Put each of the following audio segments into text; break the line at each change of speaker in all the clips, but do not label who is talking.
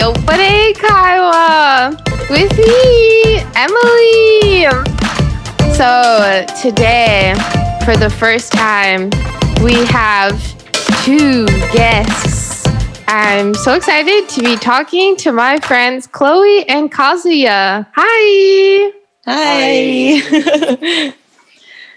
Hey, Kyla! With me, Emily! So, today, for the first time, we have two guests. I'm so excited to be talking to my friends Chloe and Kazuya. Hi!
Hi.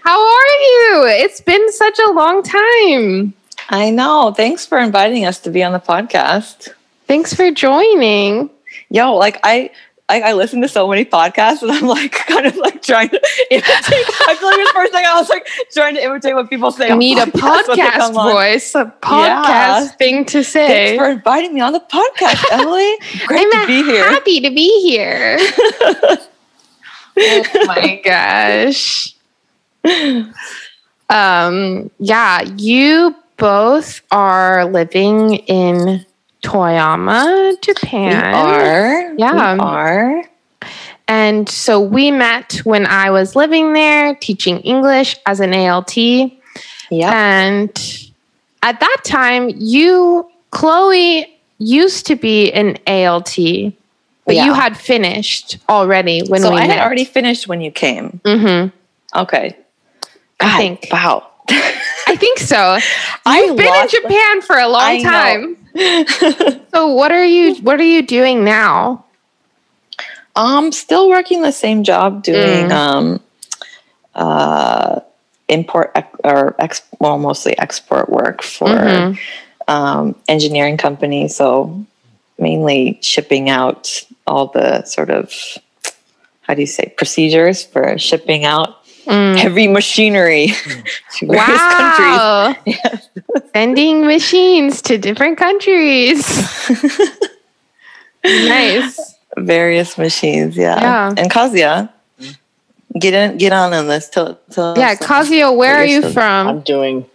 How are you? It's been such a long time.
I know. Thanks for inviting us to be on the podcast.
Thanks for joining.
Yo, like I I, I listen to so many podcasts and I'm like kind of like trying to imitate. I feel like the first thing I was like trying to imitate what people say.
I
on
need a
podcasts when they
podcast
come on.
voice, a podcast
Yeah.
thing to say.
Thanks for inviting me on the podcast, Emily. Great
I'm
to be here.
happy to be here. oh my gosh. Um, yeah, you both are living in Toyama,
We
Japan.
are.
Yeah.
We are.
And so we met when I was living there teaching English as an ALT.
Yeah.
And at that time, you, Chloe, used to be an ALT, but you
Yeah.
had finished already when
so
we
I
met.
had already finished when you came.
hmm
Okay.
I
God,
think.
Wow.
I think so.
I
You've been in
lost-
Japan for a long
I know.
time. So what are you? What are you doing now?
Um, still working the same job doing
Mm.
um, uh, import ec- or ex- well, mostly export work for
Mhm.
um, engineering companies. So mainly shipping out all the sort of how do you say procedures for shipping out
Mm.
heavy machinery to various countries.
Wow! Sending machines to different countries. nice.
Various machines, yeah.
Yeah. Mm.
And Kazia, get in, get on on this. Tell, tell
Yeah,
us-
Kazuya, where are you from?
I'm doing.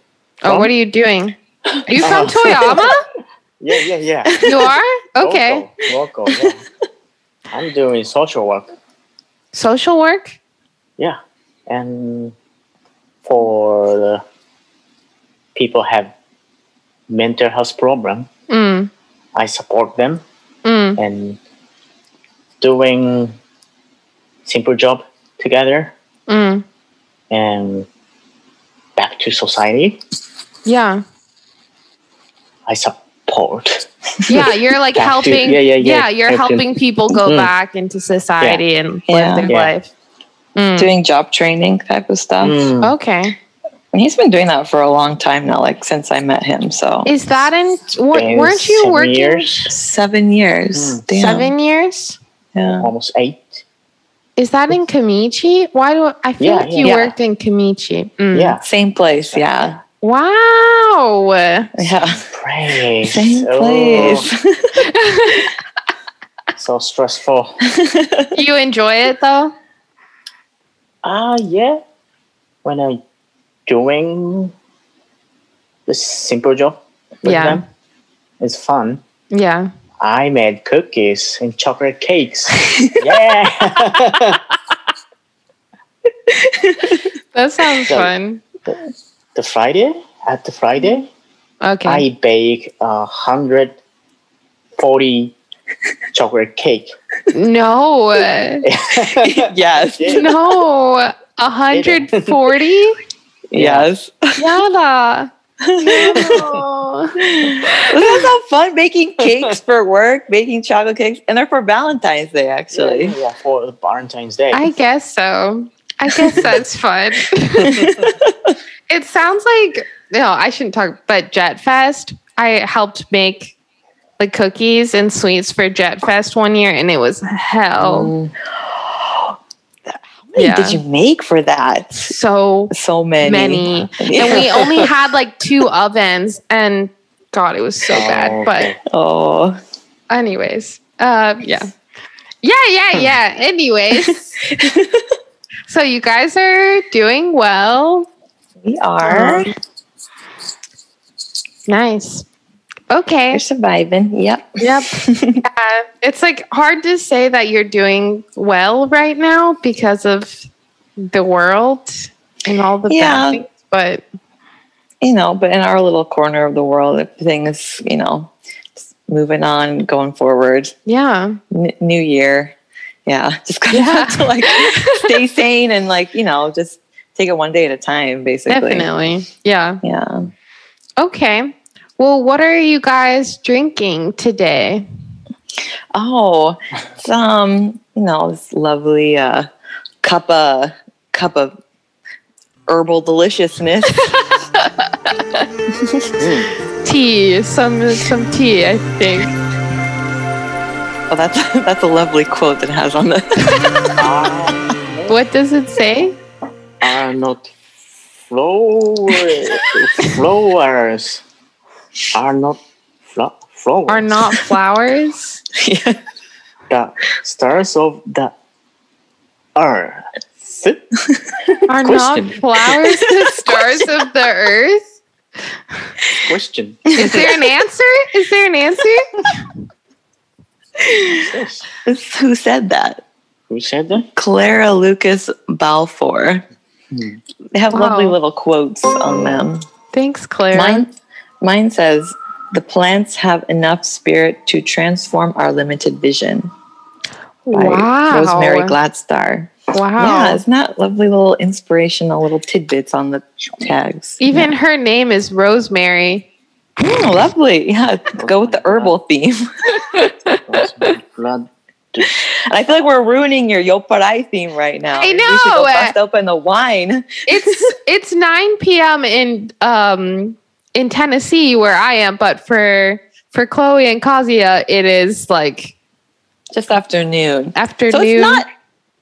Oh, what are you doing? Are you from
Oh. Oh,
Toyama?
Yeah, yeah, yeah.
You are? Okay.
Local, local, yeah. I'm doing social work.
Social work?
Yeah, and for the people have mental health problem,
Mm.
I support them
Mm.
and doing simple job together
Mm.
and back to society.
Yeah.
I support.
Yeah, you're like
Back to-
helping.
yeah, yeah, yeah.
you're
Help them.
helping people go
Mm.
back into society and live
Yeah.
their
Yeah.
life. Mm.
doing job training type of
Oh,
stuff.
Mm.
Okay.
And he's been doing that for a long time now, like since I met him. So
Is that in w-
Been
weren't you
seven
working
years,
seven years.
Mm.
Damn.
seven years?
Yeah.
almost eight?
Is that in Kamichi? Why do I feel
Yeah,
like you
yeah.
worked in Kamichi? Mm.
Yeah.
Same place. Yeah.
Wow.
Yeah.
Praise.
Same
Oh.
place.
so stressful.
you enjoy it though?
Ah, yeah. When I doing the simple job with
Yeah.
them, it's fun.
Yeah.
I made cookies and chocolate cakes. yeah,
That sounds
So-
fun.
the Friday at the Friday,
Okay.
I bake a hundred forty chocolate cake.
no.
yes.
Yeah.
no. 140?
Yes.
Yada. No.
That's so fun making cakes for work, making chocolate cakes, and they're for Valentine's Day actually.
yeah, for Valentine's Day.
I guess so. I guess that's fun. it sounds like no, I shouldn't talk. But Jet Fest, I helped make the cookies and sweets for Jet Fest one year, and it was hell.
Mm. How many
Yeah.
did you make for that?
So
So many.
many, and we only had like two ovens, and God, it was so bad. But
oh.
anyways, uh, yeah, yeah, yeah, yeah. Anyways, so you guys are doing well.
We are.
Nice. Okay.
We're surviving. Yep.
Yep. yeah. It's like hard to say that you're doing well right now because of the world and all the
Yeah.
bad things, but
you know, but in our little corner of the world, everything is, you know, moving on, going forward.
Yeah.
N- new year. Yeah, just kind of
Yeah.
have to like stay sane and like you know just take it one day at a time, basically.
Definitely. Yeah.
Yeah.
Okay. Well, what are you guys drinking today?
Oh, it's, um, you know this lovely uh, cup of cup of herbal deliciousness.
Mm.
Tea. Some some tea, I think.
oh, that's that's a lovely quote that it has on the.
I,
What does it say?
are not flowers. flowers are not flo- flowers.
Are not flowers?
yeah.
the stars of the earth.
Are
Question.
not flowers the stars of the earth?
Question.
Is there an answer? Is there an answer?
Yes.
Who said that?
Who said that?
Clara Lucas Balfour.
Hmm.
They have lovely
Wow.
little quotes on them.
Thanks, Claire.
Mine, mine says, "The plants have enough spirit to transform our limited vision." By
wow.
Rosemary Gladstar.
Wow.
Yeah, isn't that lovely little inspirational little tidbits on the tags?
Even her name is Rosemary.
Mm, lovely. Yeah, go with the herbal theme.
Blood.
I feel like we're ruining your Yoparai theme right now.
I
Maybe We should
know,
go
uh,
bust open the wine.
It's it's 9 p.m. in um in Tennessee where I am, but for for Chloe and Kazia, it is like
Just afternoon.
afternoon.
So it's not.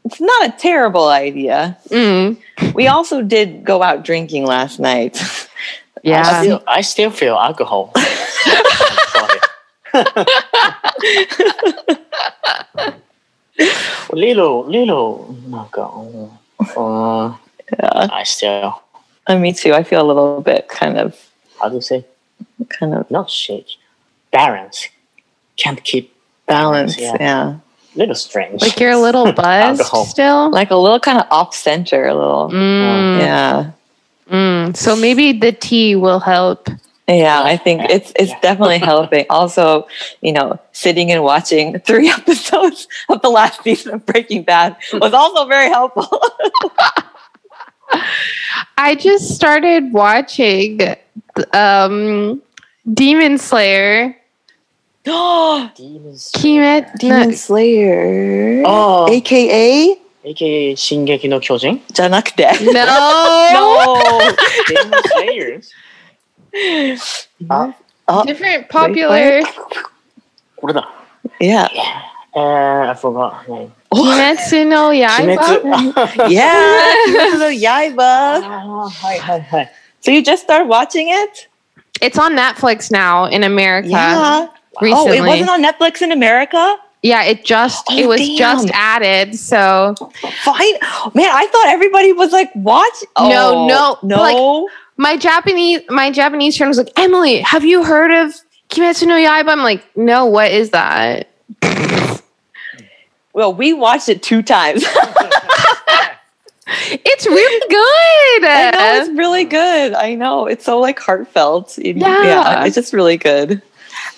It's not a terrible idea.
Mm,
We also did go out drinking last night.
I
yeah.
still, I still feel alcohol. Sorry. little, little. No, Oh God. Uh,
Yeah.
I still.
Uh, me too. I feel a little bit kind of,
How do you say?
kind of
Not shit. Balance. Can't keep
balanced. Yeah.
Yeah. little strange.
Like you're a little buzzed
Alcohol.
still.
like a little kind of off center. A little.
Mm,
Yeah.
mm. So maybe the tea will help.
Yeah, I think
Yeah.
it's it's
Yeah.
definitely helping. Also, you know, sitting and watching three episodes of the last season of Breaking Bad was also very helpful.
I just started watching um Demon Slayer.
Demons.
Kimet no,
Slayer,
Oh.
aka
AKA Shingeki no Kyojin.
Janakde.
no.
No,
Demon Slayers.
Different popular
What the?
yeah,
Uh, I forgot name.
Kimetsu no Yaiba.
Kimetsu.
Oh, yeah, Kimetsu no Yaiba.
Ah, hi, hi, hi.
So you just started watching it?
It's on Netflix now in America.
Yeah. Oh,
Recently.
it wasn't on Netflix in America.
yeah, it just
Oh,
it was
damn.
just added. So
Fine, man. I thought everybody was like, watch. Oh,
No, no,
no.
like- my Japanese my Japanese friend was like, Emily, have you heard of Kimetsu no Yaiba? I'm like, no, what is that?
Well, we watched it two times.
It's really good.
I know it's really good. I know it's so like heartfelt. It-
Yeah.
it's just really good.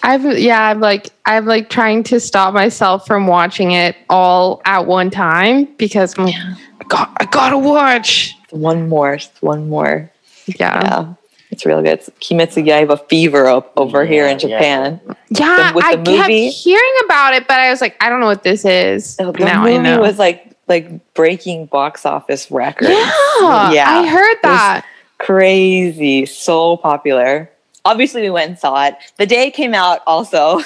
I've yeah, I'm like I'm like trying to stop myself from watching it all at one time because I'm like, I got I gotta watch.
One more, one more.
Yeah,
Yeah, it's real good. It's Kimetsu Yaiba fever up over
Yeah,
here in
yeah.
Japan.
yeah.
The- with
I
the
kept
movie? Oh,
hearing about it, but I was like, I don't know what this is.
The, the
now I
movie
know.
was like like breaking box office records.
yeah,
Yeah.
I heard that.
Crazy, so popular. Obviously, we went and saw it the day it came out. Also,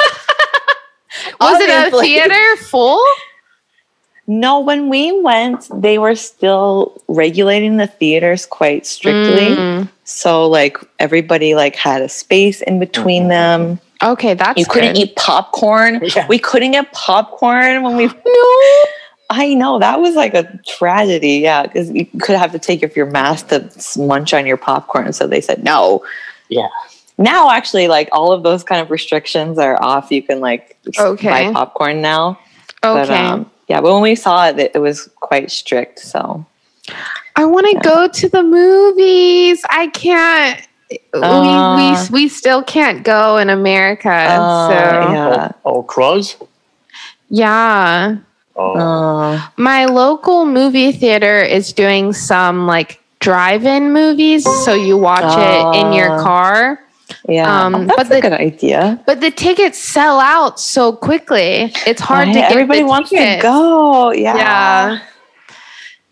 Was it a
Obviously.
theater full?
No, when we went, they were still regulating the theaters quite strictly.
Mm.
So like everybody like had a space in between
Mhm.
them.
Okay, that's
you couldn't
good.
eat popcorn.
Yeah.
We couldn't get popcorn when we
no.
I know that was like a tragedy. Yeah, cuz you could have to take off your mask to s- munch on your popcorn so they said no.
Yeah.
Now actually like all of those kind of restrictions are off. You can like s-
Okay.
buy popcorn now.
Okay.
But um, yeah, but when we saw it, it, it was quite strict. So
I want to
yeah.
go to the movies. I can't.
Uh,
we, we, we still can't go in America.
Oh,
so, yeah.
yeah.
Oh, Crows? Oh,
Oh,
My local movie theater is doing some like drive in movies. So you watch it in your
Ah.
car.
yeah.
Um,
Oh, that's
but the-
a good idea.
But the tickets sell out so quickly. It's hard
Right?
to get
Everybody
the
wants to
tickets.
go. Yeah.
Yeah.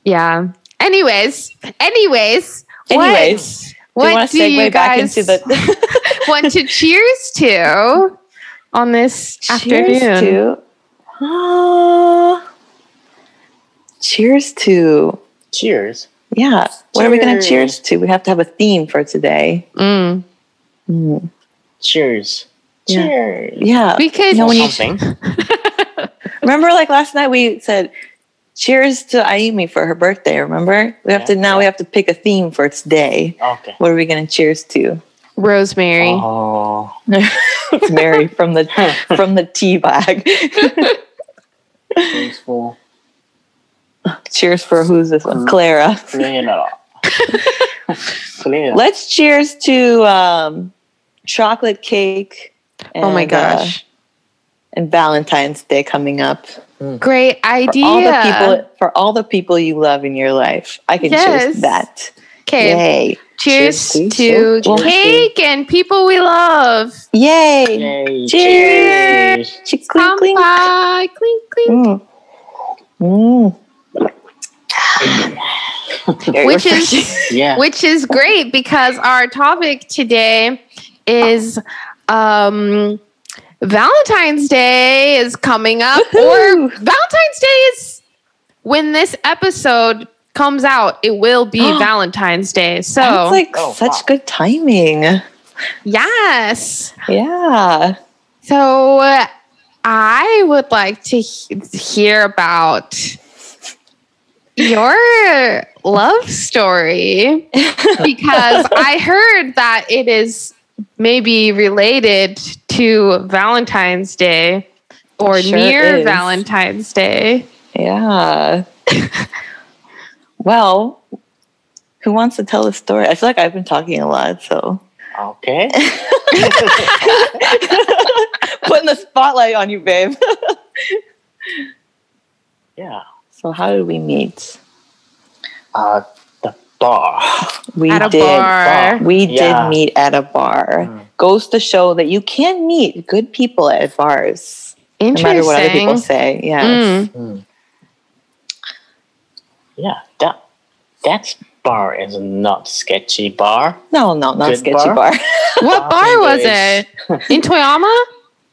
Yeah. Anyways, anyways, what-
Anyways, do
what
you want to
do you
segue back
guys
into the
want to cheers to on this
Cheers
afternoon?
to. Ah. cheers to.
cheers.
Yeah. What are we going to
Cheers.
cheers to? We have to have a theme for today.
Mm.
Mm.
Cheers.
Yeah.
Cheers.
Yeah.
We could.
No,
Or
when you-
something.
Remember, like last night, we said cheers to Aimi for her birthday. Remember, we have
Yeah,
to now we
yeah.
have to pick a theme for today.
okay.
What are we gonna cheers to?
Rosemary.
Oh.
It's Mary from the from the tea bag.
Thanks for
cheers for who's this one?
Mm.
Clara.
cleaning it up. Clean it up.
Let's cheers to um, chocolate cake. And,
oh my
uh,
gosh.
and Valentine's Day coming up.
Great
For
idea.
all the people for all the people you love in your life. I can
Yes.
choose that.
okay.
Yay.
Cheers,
Cheers
to
to- cheers to-
cake and people we love.
Yay.
Yay.
Cheers.
Cheers.
Chick- clink, clink.
Kampai. Clink, clink.
Mm. Mm. Very
Which
refreshing.
is
Yeah.
which is great because our topic today is um Valentine's Day is coming up or
Woohoo!
Valentine's Day is when this episode comes out it will be Valentine's Day. So
That's like
Oh,
such
wow.
good timing.
yes.
Yeah.
So uh, I would like to he- hear about your love story because I heard that it is maybe related to Valentine's Day or
Sure
near
is.
Valentine's Day.
Yeah. well, who wants to tell the story? I feel like I've been talking a lot, so
Okay.
putting the spotlight on you, babe.
yeah.
so how did we meet?
Uh, the bar.
We
at a
did.
bar.
We
Yeah.
did meet at a bar.
Mm.
Goes to show that you can meet good people at bars. no
Interesting.
matter what other people say. Yes.
Mm.
Hmm. Yeah. That that bar is not sketchy bar.
No, no, not
Good
sketchy bar.
bar?
What
I
bar
think
was it?
it
In Toyama?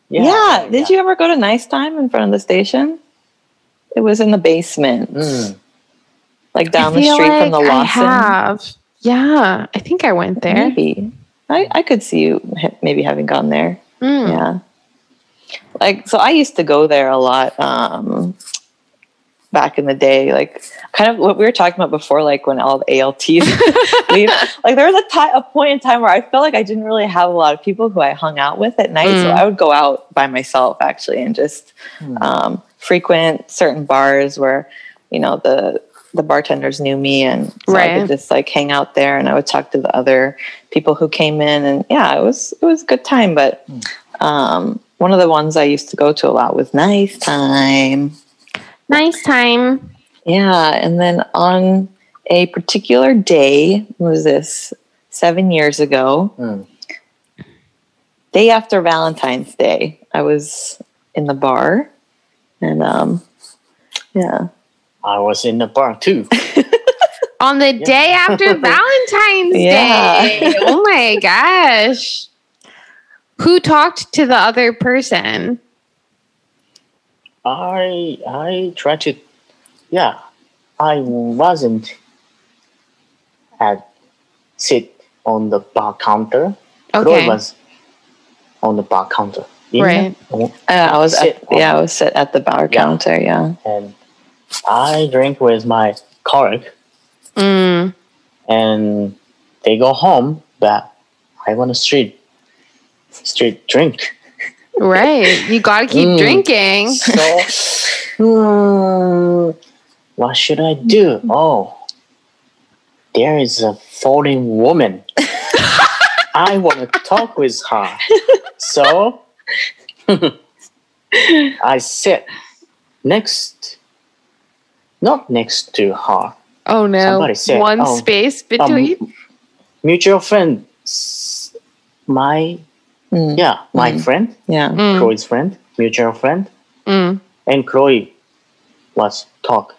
Yeah. Did you ever go to Nice Time in front of the station? It was in the basement,
Mm.
like down the
feel
street from the
like I
Lawson.
have. Yeah, I think I went there.
Maybe. I, I could see you ha- maybe having gone there.
Mm.
Yeah. Like, so I used to go there a lot um, back in the day. Like, kind of what we were talking about before, like when all the ALTs leave. Like, there was a, ti- a point in time where I felt like I didn't really have a lot of people who I hung out with at night. So
Mm. Hmm.
I would go out by myself, actually, and just
Mm.
um, frequent certain bars where, you know, the, the bartenders knew me and so I
Right.
could just like hang out there and I would talk to the other people who came in and yeah, it was it was a good time. But um, one of the ones I used to go to a lot was Nice Time.
Nice time.
Yeah, and then on a particular day, what was this seven years ago,
Mm.
day after Valentine's Day, I was in the bar, and um, yeah,
I was in the bar too.
On the day after Valentine's
Yeah.
Day. Oh my gosh. Who talked to the other person?
I I tried to, yeah, I wasn't at sit on the bar counter. Chloe
Okay.
was on the bar counter. Oh,
Right.
Right.
uh, I was at,
Sit on-
yeah, I was sit at the bar counter. Yeah,
And I drink with my colleague,
Mm.
and they go home. But I want a street street drink.
Right. You gotta keep
Mm.
drinking.
So, hmm, what should I do? Oh, there is a foreign woman I want to talk with her. So I sit next, not next to her.
Oh no.
Somebody said,
One
oh,
space
Um,
between.
mutual friend, s- my
Mm,
yeah, my
Mhm.
friend,
yeah.
Mm,
Chloe's friend, mutual friend,
mm,
and Chloe was talk.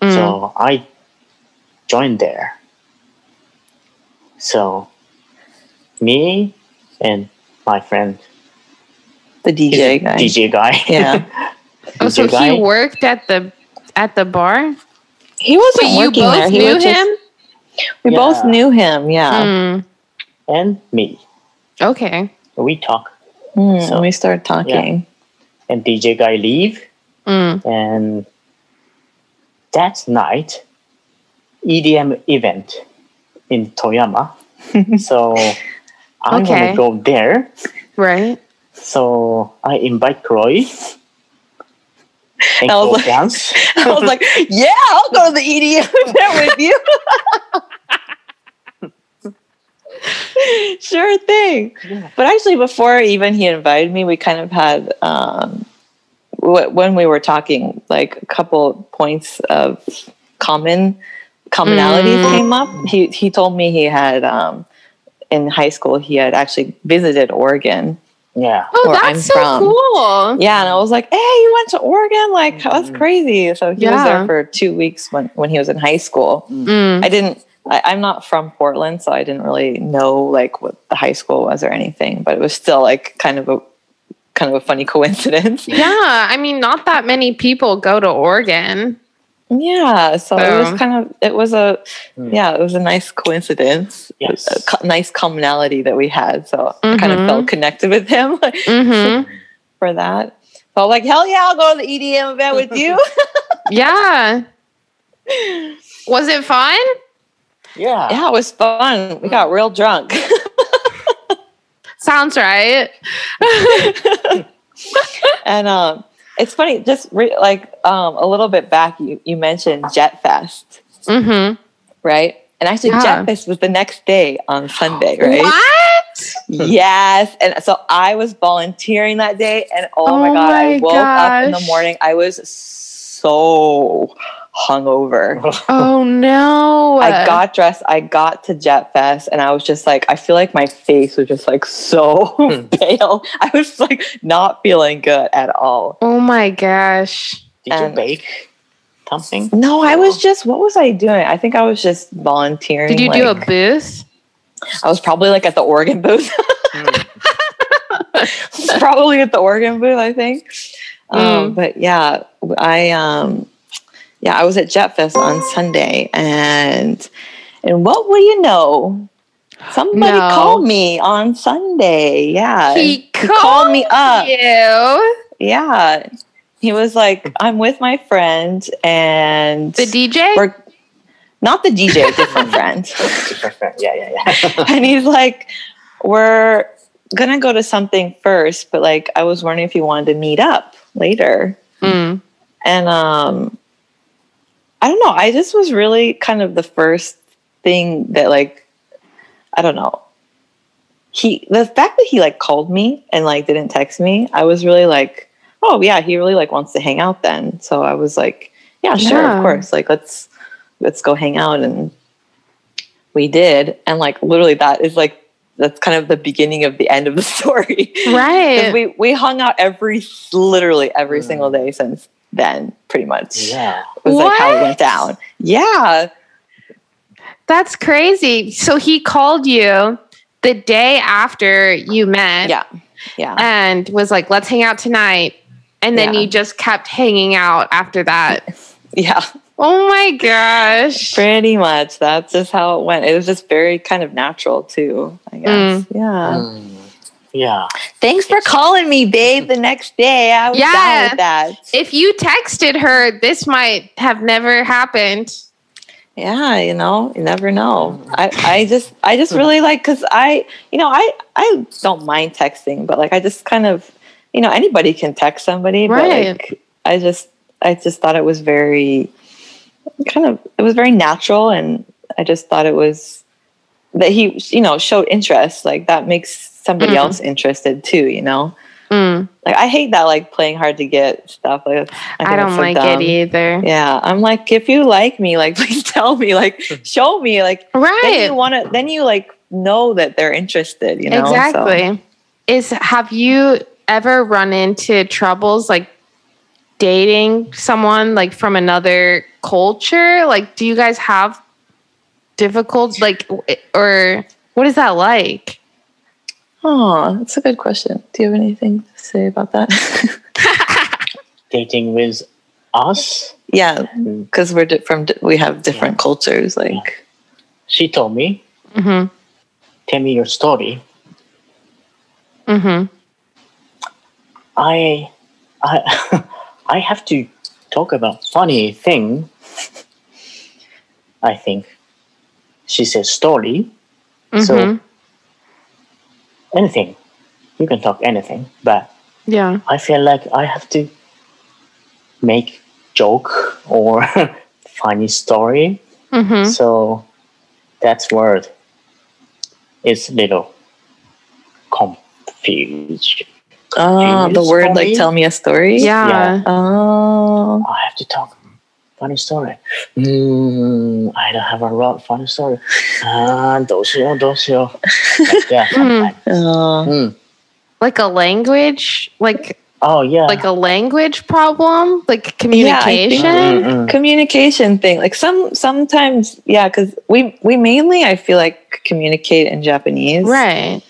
mm.
So I joined there. So me and my friend
The DJ guy.
DJ guy.
Yeah.
oh, so
DJ guy.
he worked at the at the bar.
He wasn't
But you
working there.
both
He
knew
was just- um,
him.
we
Yeah.
both knew him. Yeah.
Mm,
and me.
okay.
We talk
Mm,
So-
and we started talking.
and DJ guy leave
Mm.
and that night EDM event in Toyama. so I
Okay.
wanna go there.
Right.
So I invite Chloe
I was
and go
like-
dance.
I was like, yeah, I'll go to the EDM event with you. sure thing.
Yeah.
But actually, before even he invited me, we kind of had, um, wh- when we were talking, like a couple points of common commonalities
Mm.
came up. He, he told me he had, um, in high school, he had actually visited Oregon.
Yeah.
Oh,
Where
that's
I'm
so
from.
cool.
Yeah, and I was like, "Hey, you went to Oregon? Like, that's
Mhm.
crazy!" So he was
Mm-hmm. Yeah.
there for two weeks when when he was in high school.
Mm.
I didn't. I, I'm not from Portland, so I didn't really know like what the high school was or anything. But it was still like kind of a kind of a funny coincidence.
Yeah, I mean, not that many people go to Oregon.
Yeah, so it
Yeah.
was kind of it was a
Mm.
Hmm.
yeah it was a nice coincidence,
Yes.
a co- nice commonality that we had. So I kind
Mhm.
of felt connected with him
hmm
for that. So I was like, "Hell yeah, I'll go to the EDM event with you."
yeah. Was it fun?
Yeah.
Yeah, it was fun. We got real drunk.
Sounds right.
and um, it's funny, just re- like um, a little bit back, you, you mentioned Jet Fest,
Mm-hmm.
right? And actually,
Yeah.
Jet Fest was the next day on Sunday, right?
What?
Yes. And so I was volunteering that day. And oh, my
Oh
God,
my
I woke up in the
gosh.
morning. I was so hungover.
Oh no!
I got dressed, I got to Jet Fest, and I was just like, I feel like my face was just like so pale. I was like not feeling good at all.
Oh my gosh!
Did
And-
you bake something?
No, I was just, what was I doing? I think I was just volunteering.
Did you do a
like-
booth?
I was probably like at the Oregon booth.
Hmm.
probably at the Oregon booth, I think.
Hmm.
Um, but yeah, I um, yeah, I was at Jet Fest on Sunday, and and what will you know? Somebody
No.
called me on Sunday. Yeah,
he
uh, called me up.
you.
Yeah, he was like, "I'm with my friend, and
The DJ.
we're not the DJ, a different friend."
Perfect. Yeah, yeah, yeah.
and he's like, "We're gonna go to something first, but like, I was wondering if you wanted to meet up later."
Mm.
And um, I don't know. I just was really kind of the first thing that like, I don't know. He the fact that he like called me and like didn't text me, I was really like, oh yeah, he really like wants to hang out then. So I was like, yeah, sure,
Yeah.
of course. Like let's let's go hang out and we did. And like literally that is like that's kind of the beginning of the end of the story. Because
Right.
we we hung out every literally every
Mm.
single day since then, pretty much.
yeah.
Was like how it
What?
went down. Yeah.
That's crazy. So he called you the day after you met.
Yeah. Yeah.
and was like, let's hang out tonight. And then
Yeah.
you just kept hanging out after that.
Yeah.
Oh my gosh.
Pretty much. That's just how it went. It was just very kind of natural too, I guess. Yeah.
Mm. Yeah.
Thanks for calling me, babe, the next day. I was down
Yeah.
with that.
If you texted her, this might have never happened.
yeah you know you never know
Mm.
i i just i just really like because i you know i i don't mind texting but like i just kind of you know anybody can text somebody
Right.
but like i just i just thought it was very kind of it was very natural and i just thought it was that he you know showed interest like that makes somebody
Mhm.
else interested too you know
Mm,
like i hate that like playing hard to get stuff like think
I
it's
don't
so
like
dumb.
it either.
yeah i'm like if you like me like please tell me like show me like then
Right.
you want to then you like know that they're interested you know So-
exactly. Is have you ever run into troubles like dating someone like from another culture? Like, do you guys have difficult like w- or what is that like?
oh that's a good question do you have anything to say about that
Dating with us,
yeah
Mm.
because we're di- from di- we have different cultures like
she told me,
Mhm.
"Tell me your story."
Mhm.
I, I, I have to talk about funny thing. I think she said story, so
Mhm.
anything you can talk anything, but
Yeah.
I feel like I have to make joke or funny story.
Mhm.
So that word is little confused.
oh the
Genius
word
for
like
me.
tell me a story
Yeah.
Yeah.
oh
I have to talk funny story. Mm, I don't have a lot funny story. Ah, どうしよう、どうしよう。Like that.
Mm.
Oh,
Mm.
Like a language, like
Oh yeah.
like a language problem, like
Yeah, I think-
communication.
Mm, mm, mm.
communication thing. Like some sometimes, yeah, because we we mainly I feel like communicate in Japanese,
Right.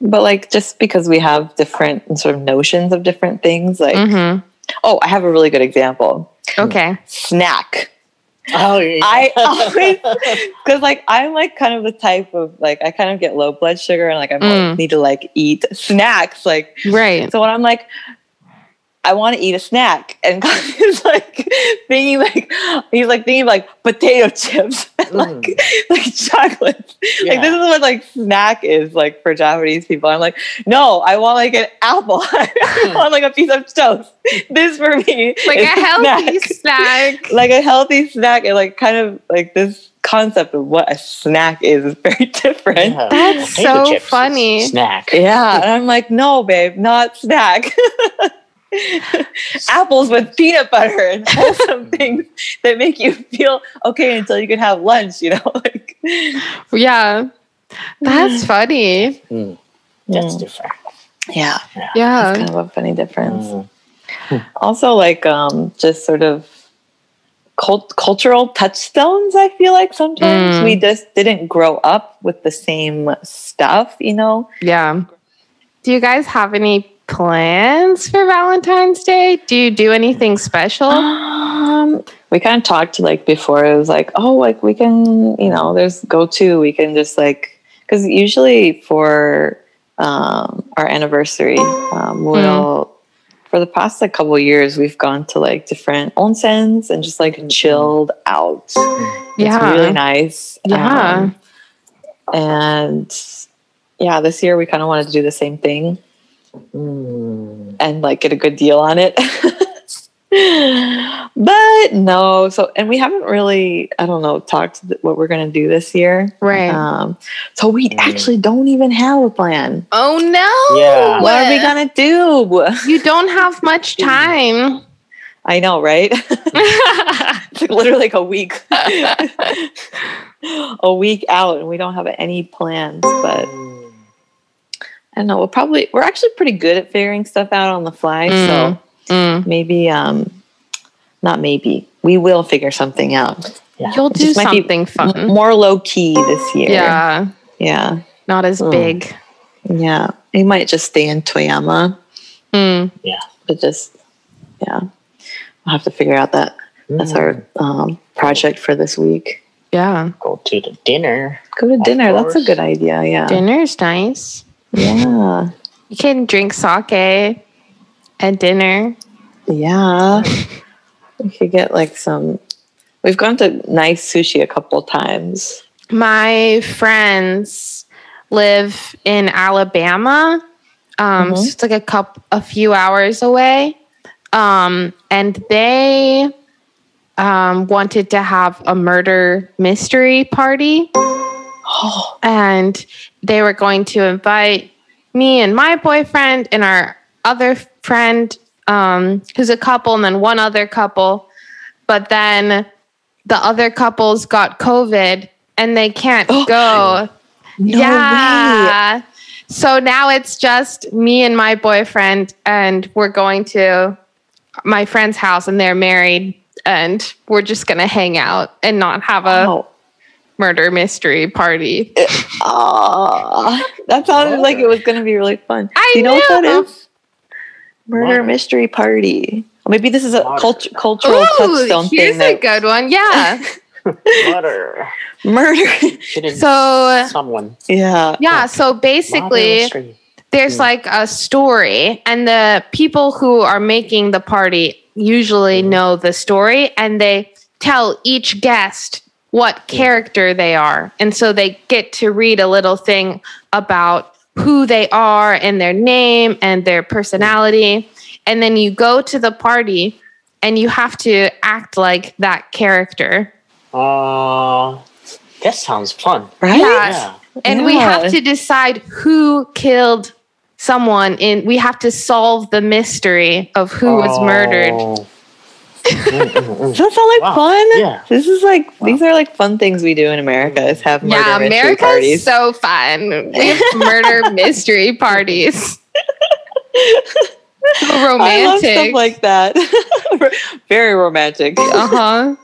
But like just because we have different sort of notions of different things. Like,
Mhm.
oh, I have a really good example.
Okay.
Snack.
Oh, yeah.
I always because like I'm like kind of the type of like I kind of get low blood sugar and like I
Mm.
need to like eat snacks like
Right.
So when I'm like, I want to eat a snack, and he's like thinking like he's like thinking like potato chips, and like like chocolate. Like
Yeah.
this is what like snack is like for Japanese people. I'm like, no, I want like an apple.
Hmm.
I want like a piece of toast. This for me,
Like a
is
healthy
snack.
snack.
like a healthy snack, and like kind of like this concept of what a snack is is very different.
Yeah,
That's
potato
so
chips is
funny.
Snack.
Yeah, and I'm like, no, babe, not snack. Apples with peanut butter and wholesome things that make you feel okay until you can have lunch. You know, like
Yeah. That's funny.
Mm, That's
Mm.
different.
yeah, it's
Yeah.
kind of a funny difference.
Mm.
Also, like um, just sort of cult- cultural touchstones. I feel like sometimes
Mm.
we just didn't grow up with the same stuff. You know,
Yeah. Do you guys have any plans for Valentine's Day? Do you do anything special?
Um, we kind of talked like before. It was like, oh, like we can, you know, there's go to. We can just like because usually for um, our anniversary, um, we'll for the past like couple of years we've gone to like different onsens and just like chilled out.
yeah.
It's really nice.
Yeah.
Um, and yeah, this year we kind of wanted to do the same thing
Mm.
and like get a good deal on it. but no, so and we haven't really, I don't know, talked th- what we're gonna do this year.
Right.
Um, so we
Mm.
actually don't even have a plan.
oh no.
Yeah.
What are we gonna do?
You don't have much
Mm.
time.
I know, right? it's like literally like a week, a week out, and we don't have any plans. But
Mm.
I don't know. We'll probably we're actually pretty good at figuring stuff out on the fly. So
Mm. Mm.
maybe um not maybe we will figure something out
You'll do
just might be
something
M-
fun.
more low key this year
Uh-huh. Yeah.
yeah
Not as
Mm.
big.
yeah we might just stay in toyama
Mm.
but just yeah we'll have to figure out that that's our um, project for this week
Yeah.
Mm. Go to the dinner.
go to
Of
dinner that's a
course.
good idea yeah
Dinner's nice.
yeah
You can drink sake at dinner.
yeah we could get like some we've gone to nice sushi a couple times
my friends live in Alabama. Um, so
Mhm.
it's like a cup, a few hours away. Um, and they um, wanted to have a murder mystery party.
Oh,
and they were going to invite me and my boyfriend and our other friend um, who's a couple and then one other couple but then the other couples got covid and they can't go
no way.
yeah so now it's just me and my boyfriend and we're going to my friend's house and they're married and we're just going to hang out and not have a
Oh,
murder mystery party
ah, that sounded like it was going to be really fun.
I
Do you know, what
know.
that is? Murder
Murder.
mystery party. Maybe this is a
Murder.
cult- cultural touchstone
here's
thing.
a
That
good one. Yeah.
Butter.
murder.
Shouldn't
so
someone
yeah.
yeah, so basically
Modern mystery.
there's like a story and the people who are making the party usually know the story and they tell each guest what character they are. And so they get to read a little thing about who they are and their name and their personality. And then you go to the party and you have to act like that character.
Uh, that sounds fun.
Right?
Yeah.
Yeah.
and we
Yeah.
have to decide who killed someone and we have to solve the mystery of who was murdered
Oh. Mm, mm, mm.
Does that sound like
Wow.
fun?
Yeah.
This is like these are like fun things we do in America is have murder
yeah
mystery
america's
parties.
so fun we have murder mystery parties so
I love stuff
romantic
like that. Very romantic.
uh-huh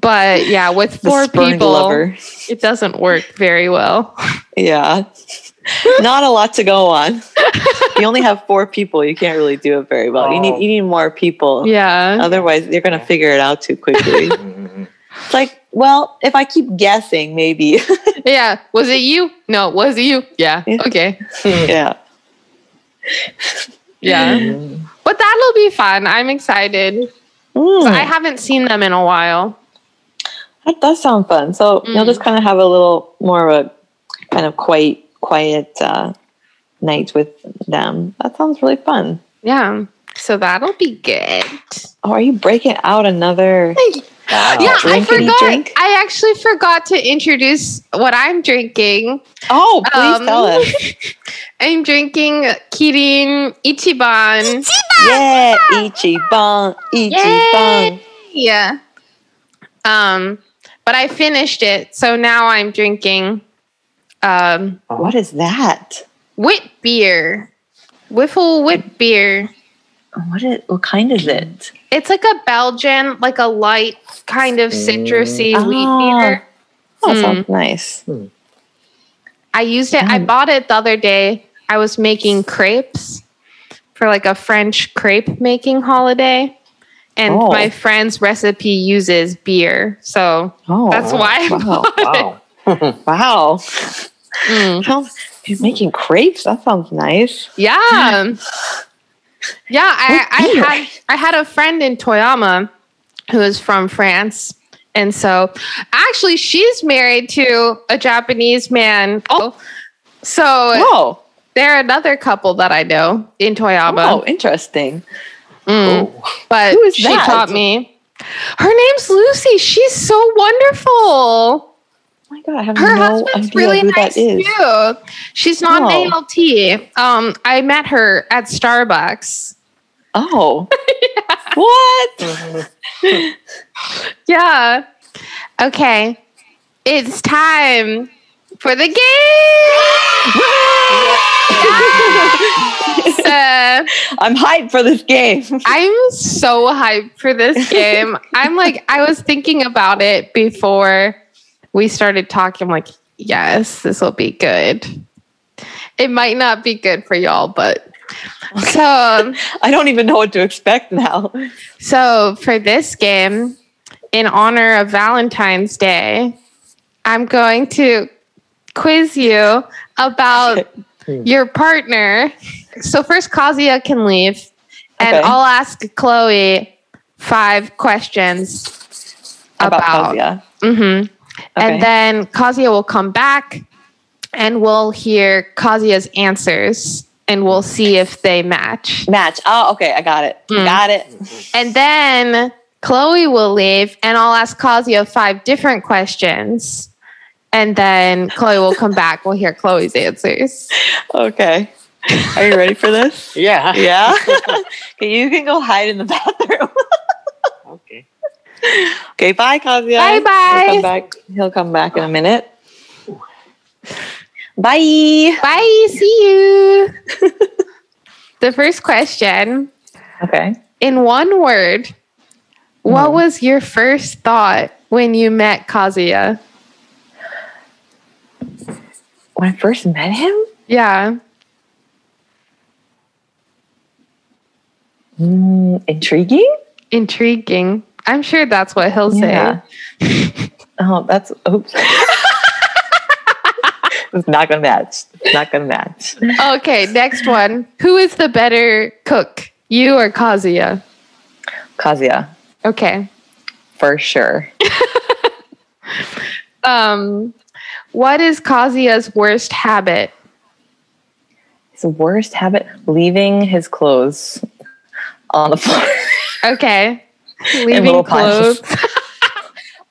but yeah with
The
four
spurned
people
lover.
it doesn't work very well
Yeah. Not a lot to go on. you only have four people. You can't really do it very well. You need
Oh.
you need more people.
yeah
Otherwise you're gonna figure it out too quickly.
Mm,
it's like, well, if I keep guessing, maybe.
yeah was it you no was it you yeah
Yeah.
okay
yeah.
yeah
mm.
but that'll be fun i'm excited
Mm.
I haven't seen them in a while.
That does sound fun. So you'll
Mm.
just kind of have a little more of a kind of quiet, quiet uh, night with them. That sounds really fun.
Yeah. So that'll be good.
Oh, are you breaking out another?
Wow.
yeah, I
drinkity
forgot.
Uh, drink?
I actually forgot to introduce what I'm drinking.
Oh, please
Um,
tell us.
I'm drinking Kirin Ichiban.
Yeah, Ichiban, Ichiban.
Yeah. Um, but I finished it, so now I'm drinking um
What is that?
wit beer. Whiffle wit beer.
What is, What kind is it?
It's like a Belgian, like a light kind of citrusy
Mm.
wheat beer.
Oh, that
Hmm.
sounds nice.
I used it. I
Mm.
bought it the other day. I was making crepes for like a French crepe making holiday. And
Oh.
my friend's recipe uses beer. So
Oh,
that's why.
wow,
Wow.
wow.
Mm.
Sounds- You're making crepes. That sounds nice.
Yeah. Yeah, I, I
What beer?
had I had a friend in Toyama who is from France. And so actually she's married to a Japanese man. Oh. So
Oh,
they're another couple that I know in Toyama.
oh, interesting.
Mm.
Oh.
but
Who is
she
that?
taught me. Her name's Lucy. She's so wonderful.
Oh my god, I have
Her
no
husband's
idea
really
who
nice
that is.
too. She's not
Oh.
an ALT. Um, I met her at Starbucks.
Oh. What?
Mm-hmm.
Mhm.
Yeah. Okay. It's time for the game. Uh,
I'm hyped for this game.
I'm so hyped for this game. I'm like, I was thinking about it before we started talking. I'm like, yes, this will be good. It might not be good for y'all, but so um,
I don't even know what to expect now.
so for this game, in honor of Valentine's Day, I'm going to quiz you about
Hmm.
your partner. So first, Kazia can leave, and
Okay.
I'll ask Chloe five questions
About,
about.
Kazia.
Mhm.
Okay.
And then Kazia will come back, and we'll hear Kazia's answers, and we'll see if they match.
Match. Oh, okay. I got it.
Mm.
Got it.
And then Chloe will leave, and I'll ask Kazia five different questions. and then Chloe will come back. We'll hear Chloe's answers.
Okay. Are you ready for this?
Yeah.
Yeah. okay, you can go hide in the bathroom.
Okay.
okay, bye, Kavya.
Bye-bye.
He'll come back. He'll come back in a minute. Bye.
Bye. See you. the first question
Okay.
in one word, what
Hmm.
was your first thought when you met Kazuya?
When I first met him,
Yeah.
mm, intriguing.
Intriguing. I'm sure that's what he'll
Yeah.
say.
Oh, that's oops. it's not gonna match. It's not gonna match.
Okay, next one. Who is the better cook, you or Kazuya?
Kazia,
Okay.
for sure.
Um, what is Kazuya's worst habit?
His worst habit: leaving his clothes on the floor.
Okay.
little
Leaving
piles.
clothes.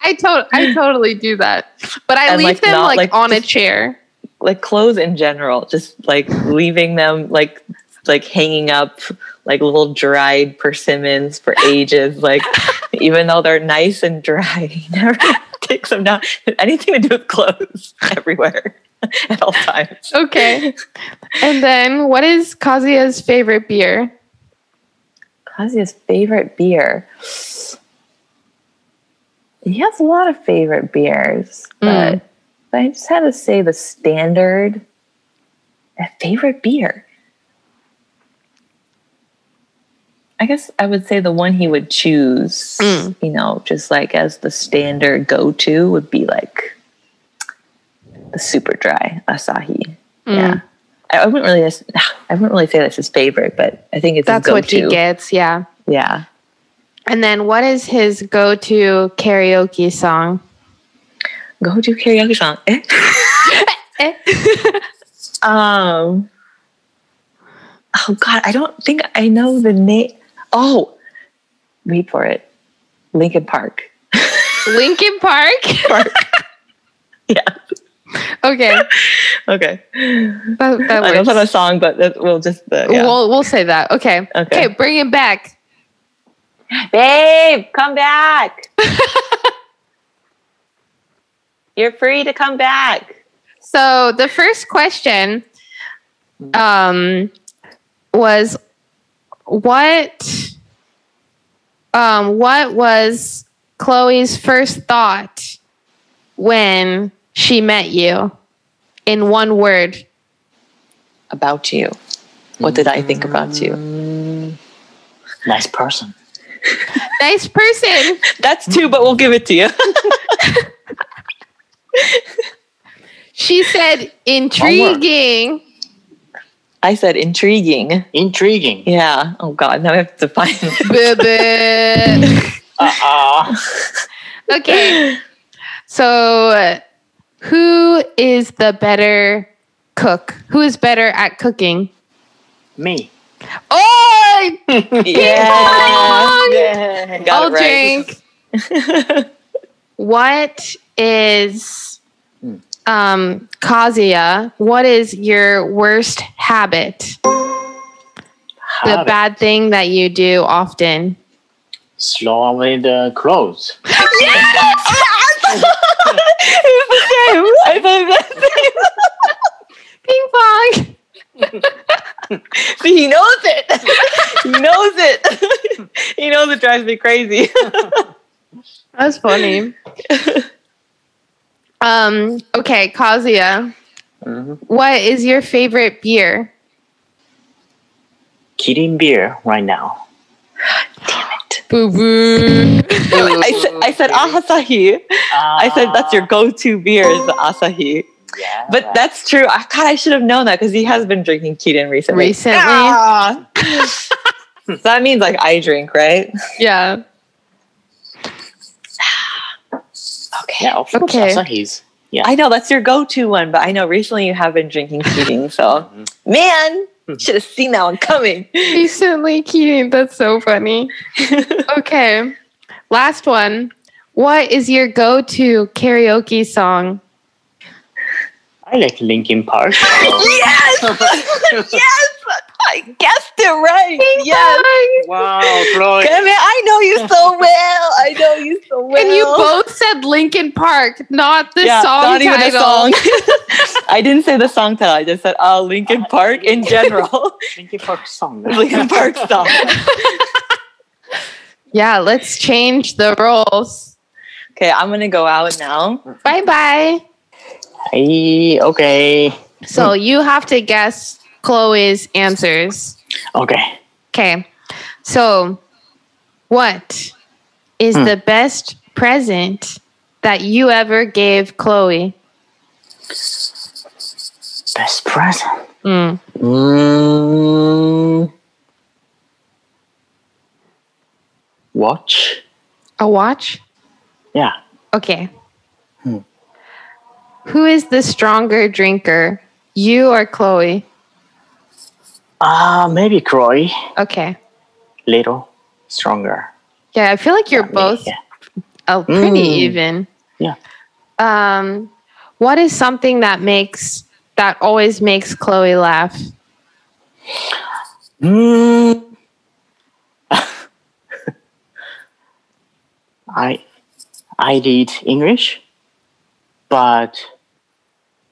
I to- I totally do that. But I
And,
leave
like,
them
not,
like,
like,
on a
just-
chair.
like clothes in general, just like leaving them like like hanging up like little dried persimmons for ages. Like even though they're nice and dry, he never takes them down. Anything to do with clothes everywhere at all times.
Okay. and then what is Kazuya's favorite beer?
Kazia's favorite beer. He has a lot of favorite beers, but,
Mm.
but I just had to say the standard a favorite beer. I guess I would say the one he would choose,
Mm.
you know, just like as the standard go to would be like the super dry Asahi.
Mm,
Yeah. I I wouldn't really, I wouldn't really say that's his favorite, but I think it's
That's
his
what
go-to.
he gets, yeah.
Yeah.
And then what is his go-to karaoke song?
go do karaoke song. Eh?
Eh.
um. Oh God, I don't think I know the name. Oh, wait for it. Lincoln Park.
Linkin Park?
Park.
Okay.
Okay,
That, that
I
works.
don't know the song, but that, we'll just uh, yeah.
We'll we'll say that. Okay.
Okay.
bring it back.
babe, come back. You're free to come back.
So the first question um was what um what was Chloe's first thought when she met you in one word?
About you. What did I think about you?
Mm, nice person.
Nice person.
That's two, but we'll give it to you.
She said intriguing.
I said intriguing.
Intriguing.
Yeah. Oh God. Now I have to find.
Buh, buh.
Uh-uh.
okay. So, uh, who is the better cook? Who is better at cooking?
Me.
Oh,
yeah.
Yeah.
Got
I'll
it right.
drink. What is
Hmm.
um Kazuya? What is your worst habit? The bad thing that you do often.
Slow away the clothes.
I thought that
Ping pong.
See, he knows it. he knows it. he knows it drives me crazy.
That's funny. um. Okay, Kazuya.
hmm
Mm-hmm.
What is your favorite beer?
Kidding beer right now.
Boo boo.
I said, I said Asahi. I said that's your go-to beer is the Asahi.
Uh, Yeah,
But
right.
that's true. I, God, I should have known that because he has been drinking Keaton recently.
Recently?
Ah. so that means like I drink, right?
yeah.
Okay.
yeah, of course,
Okay.
Asahi's.
I know that's your go-to one, but I know recently you have been drinking Keating, so
Mm-hmm.
man,
Hmm.
should have seen that one coming.
Recently Keating. That's so funny. Okay. Last one. What is your go to karaoke song?
I like Linkin Park.
Yes! yes! I guessed it right. Yes.
wow, Chloe.
Damn it, I know you so well. I know you so well.
And you both said Linkin Park, not the
Yeah,
song
not
title.
even a song. I didn't say the song title. I just said uh, Lincoln Park in general.
Linkin Park song.
Lincoln Park song.
Yeah, let's change the rules.
Okay, I'm gonna go out now.
Bye bye.
Hey, okay.
Hmm.
So you have to guess Chloe's answers.
Okay.
Okay. So, what is
Hmm.
the best present that you ever gave Chloe?
Best present.
Mm.
Mm. Watch.
A watch?
Yeah.
Okay.
Hmm.
Who is the stronger drinker, you or Chloe?
Ah, maybe Croy.
Okay.
Little stronger.
Yeah, I feel like you're
Yeah,
both
yeah.
uh, pretty
Mm.
even.
Yeah.
Um, what is something that makes that always makes Chloe laugh?
Mm. I I did English, but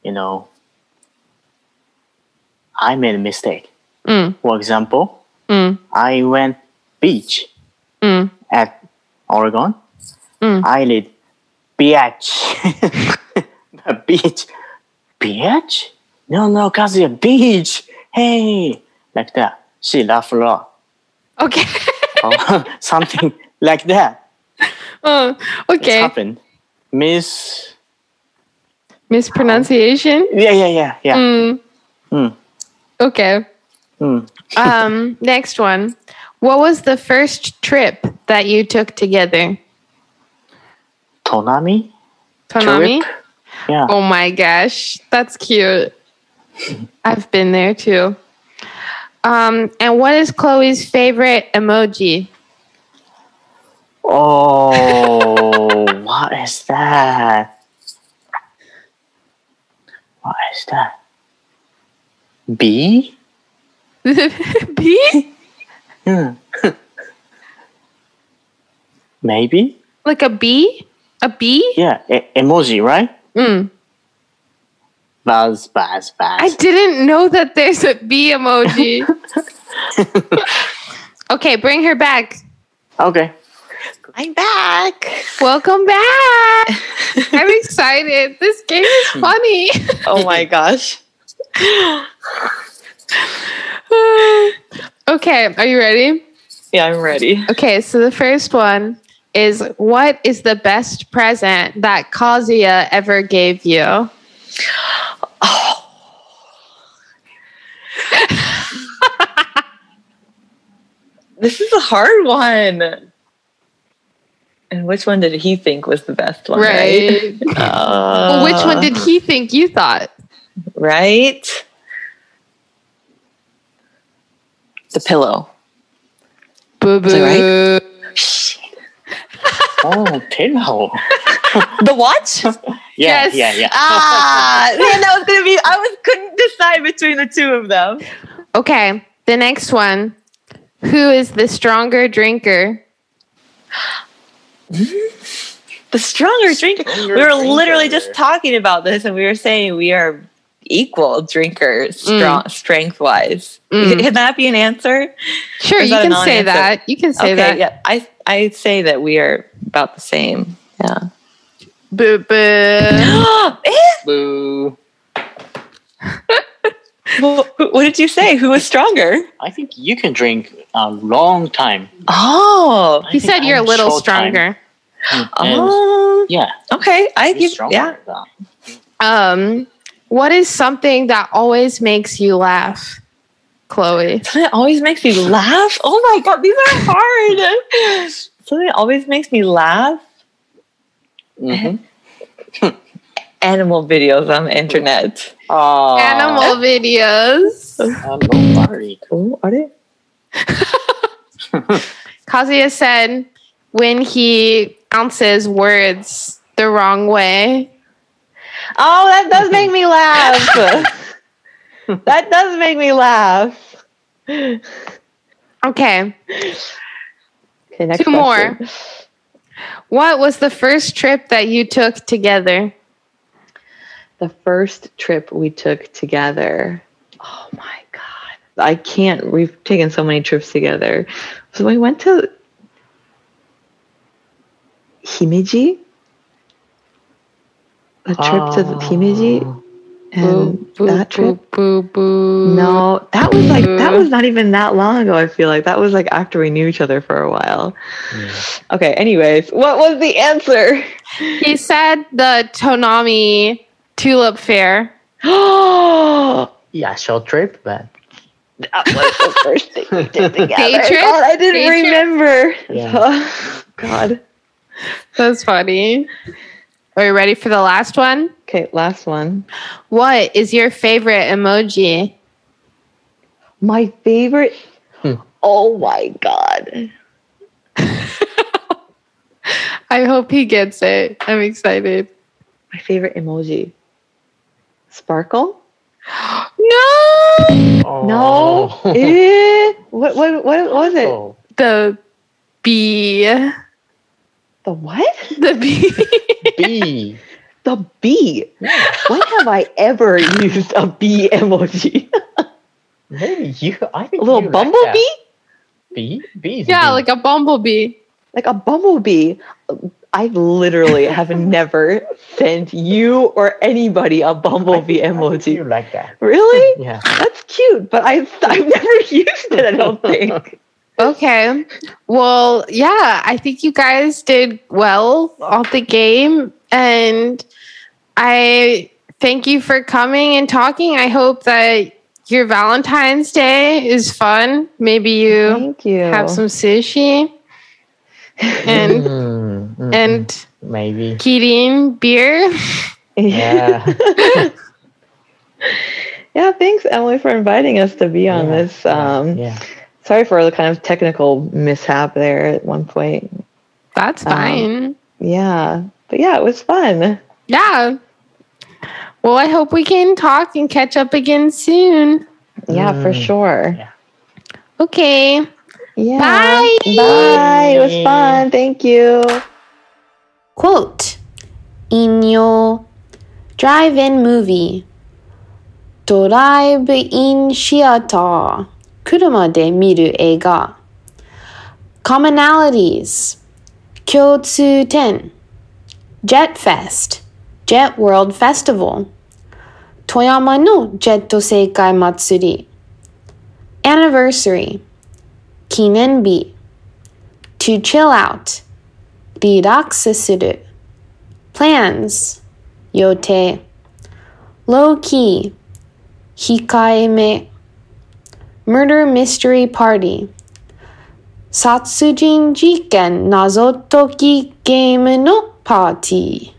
you know, I made a mistake.
Mm,
For example,
mm,
I went beach
mm.
at Oregon.
Mm.
I did beach, beach, beach. No, no, cause you're beach. Hey, like that. She laughed a lot.
Okay.
or something like that.
oh,
It's
okay.
happened. Miss.
Mispronunciation?
Yeah, yeah, yeah, yeah.
Mm.
Mm.
Okay.
Mm.
Um, next one. What was the first trip that you took together?
Tonami.
Tonami?
Trip. Yeah.
Oh my gosh, that's cute. I've been there too. Um, and what is Chloe's favorite emoji?
Oh, what is that? What is that? Bee.
bee?
Hmm. Maybe.
Like a bee? A bee?
Yeah. E- emoji, right?
Mm.
Buzz, buzz, buzz.
I didn't know that there's a bee emoji. okay, bring her back.
okay.
I'm back.
Welcome back. I'm excited. This game is funny.
Oh my gosh.
okay, are you ready?
Yeah, I'm ready.
Okay, so the first one is what is the best present that Kazuya ever gave you?
This is a hard one. And which one did he think was the best one? Right.
Right.
Uh,
Well, which one did he think you thought?
Right. The pillow.
Boo boo.
Right?
Oh, pillow.
The watch?
Yeah,
Yes.
yeah, yeah.
ah, man, that was gonna be. I was couldn't decide between the two of them.
Okay, the next one. Who is the stronger drinker?
The stronger drinker.
Stronger
we were
drinker.
literally just talking about this, and we were saying we are equal drinkers,
Mm.
strong strength wise.
Mm.
Can that be an answer?
Sure,
Is
you
that a
can say
non-answer?
that. You can say that.
yeah, I I say that we are about the same. Yeah.
Boo boo.
Eh?
Boo.
Well, who- what did you say? Who was stronger?
I think you can drink a long time.
Oh,
I
He
think
said
I'm
you're a little
short time.
stronger.
And-
oh,
yeah,
okay. I
you're
give.
stronger.
Yeah.
than-
Um, what is something that always makes you laugh, Chloe?
Something that always makes me laugh. Oh my god, these are hard. Something that always makes me laugh.
Mhm.
Animal videos on the internet.
Ah,
Animal videos.
Animal party.
Oh, are they?
Kazuya said when he pronounces words the wrong way.
Oh, that does make me laugh. that does make me laugh. Okay,
Okay.
next
Two more. What was the first trip that you took together?
The first trip we took together. Oh my god. I can't we've taken so many trips together. So we went to Himeji. A trip to
Oh.
the
Oh.
Himeji and
Um,
that trip.
boo, boo.
No, that was like that
Yeah.
was not even that long ago. I feel like that was like after we knew each other for a while. Okay. Anyways, what was the answer?
He said the Tonami Tulip Fair.
Oh,
Yeah, short trip, but
that was the first thing we did together.
Day trip?
God, I didn't
Day trip?
remember.
Yeah.
Oh, God.
That's funny. Are you ready for the last one?
Okay, last one.
What is your favorite emoji?
My favorite.
Hmm.
Oh my God.
I hope he gets it. I'm excited.
My favorite emoji. Sparkle?
No!
No.
Oh.
Eh, what, what, what was it?
Oh.
The bee.
The what?
The bee.
B.
The bee. when have I ever used a bee emoji?
Maybe you. I
a
think
little
you like
bumblebee?
that. B. B. Is
yeah,
B.
like a bumblebee.
Like a bumblebee. I literally have never sent you or anybody a bumblebee
I think You
emoji.
like that?
Really?
Yeah.
That's cute, but I, I've never used it, I don't think.
Okay. Well, yeah, I think you guys did well on the game. And I thank you for coming and talking. I hope that your Valentine's Day is fun. Maybe you
Thank you.
have some sushi and
Mm, mm,
and
mm, maybe.
Kirin beer.
Yeah.
Yeah.
yeah, thanks, Emily, for inviting us to be on
yeah,
this.
yeah,
Um,
yeah.
Sorry for the kind of technical mishap there at one point.
That's
Um,
fine.
Yeah. But yeah, it was fun.
yeah. Well, I hope we can talk and catch up again soon.
Yeah, for
Mm.
sure.
Okay.
Yeah.
Bye.
Bye. It was fun. Thank you.
Quote In your drive in movie, drive in theater, 車で見る映画 commonalities, 共通点 jet fest, jet world festival, 富山のジェット世界祭り anniversary, 記念日 to chill out, リラックスする plans 予定 low key 控えめ murder mystery party 殺人事件謎解きゲームのパーティー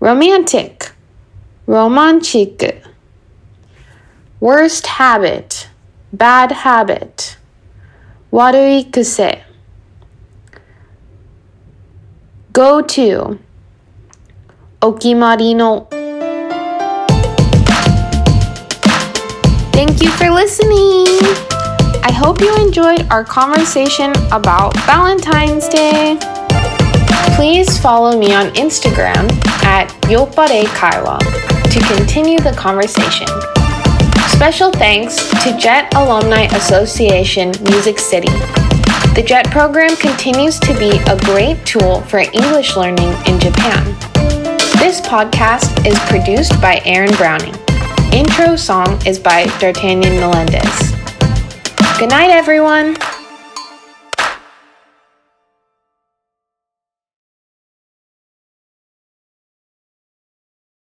romantic ロマンチック worst habit bad habit 悪い癖 go to お決まりの Thank you for listening! I hope you enjoyed our conversation about Valentine's Day. Please follow me on Instagram at Yopare Kaiwa to continue the conversation. Special thanks to Jet Alumni Association Music City. The JET program continues to be a great tool for English learning in Japan. This podcast is produced by Aaron Browning. Intro song is by D'Artagnan Melendez. Good night, everyone!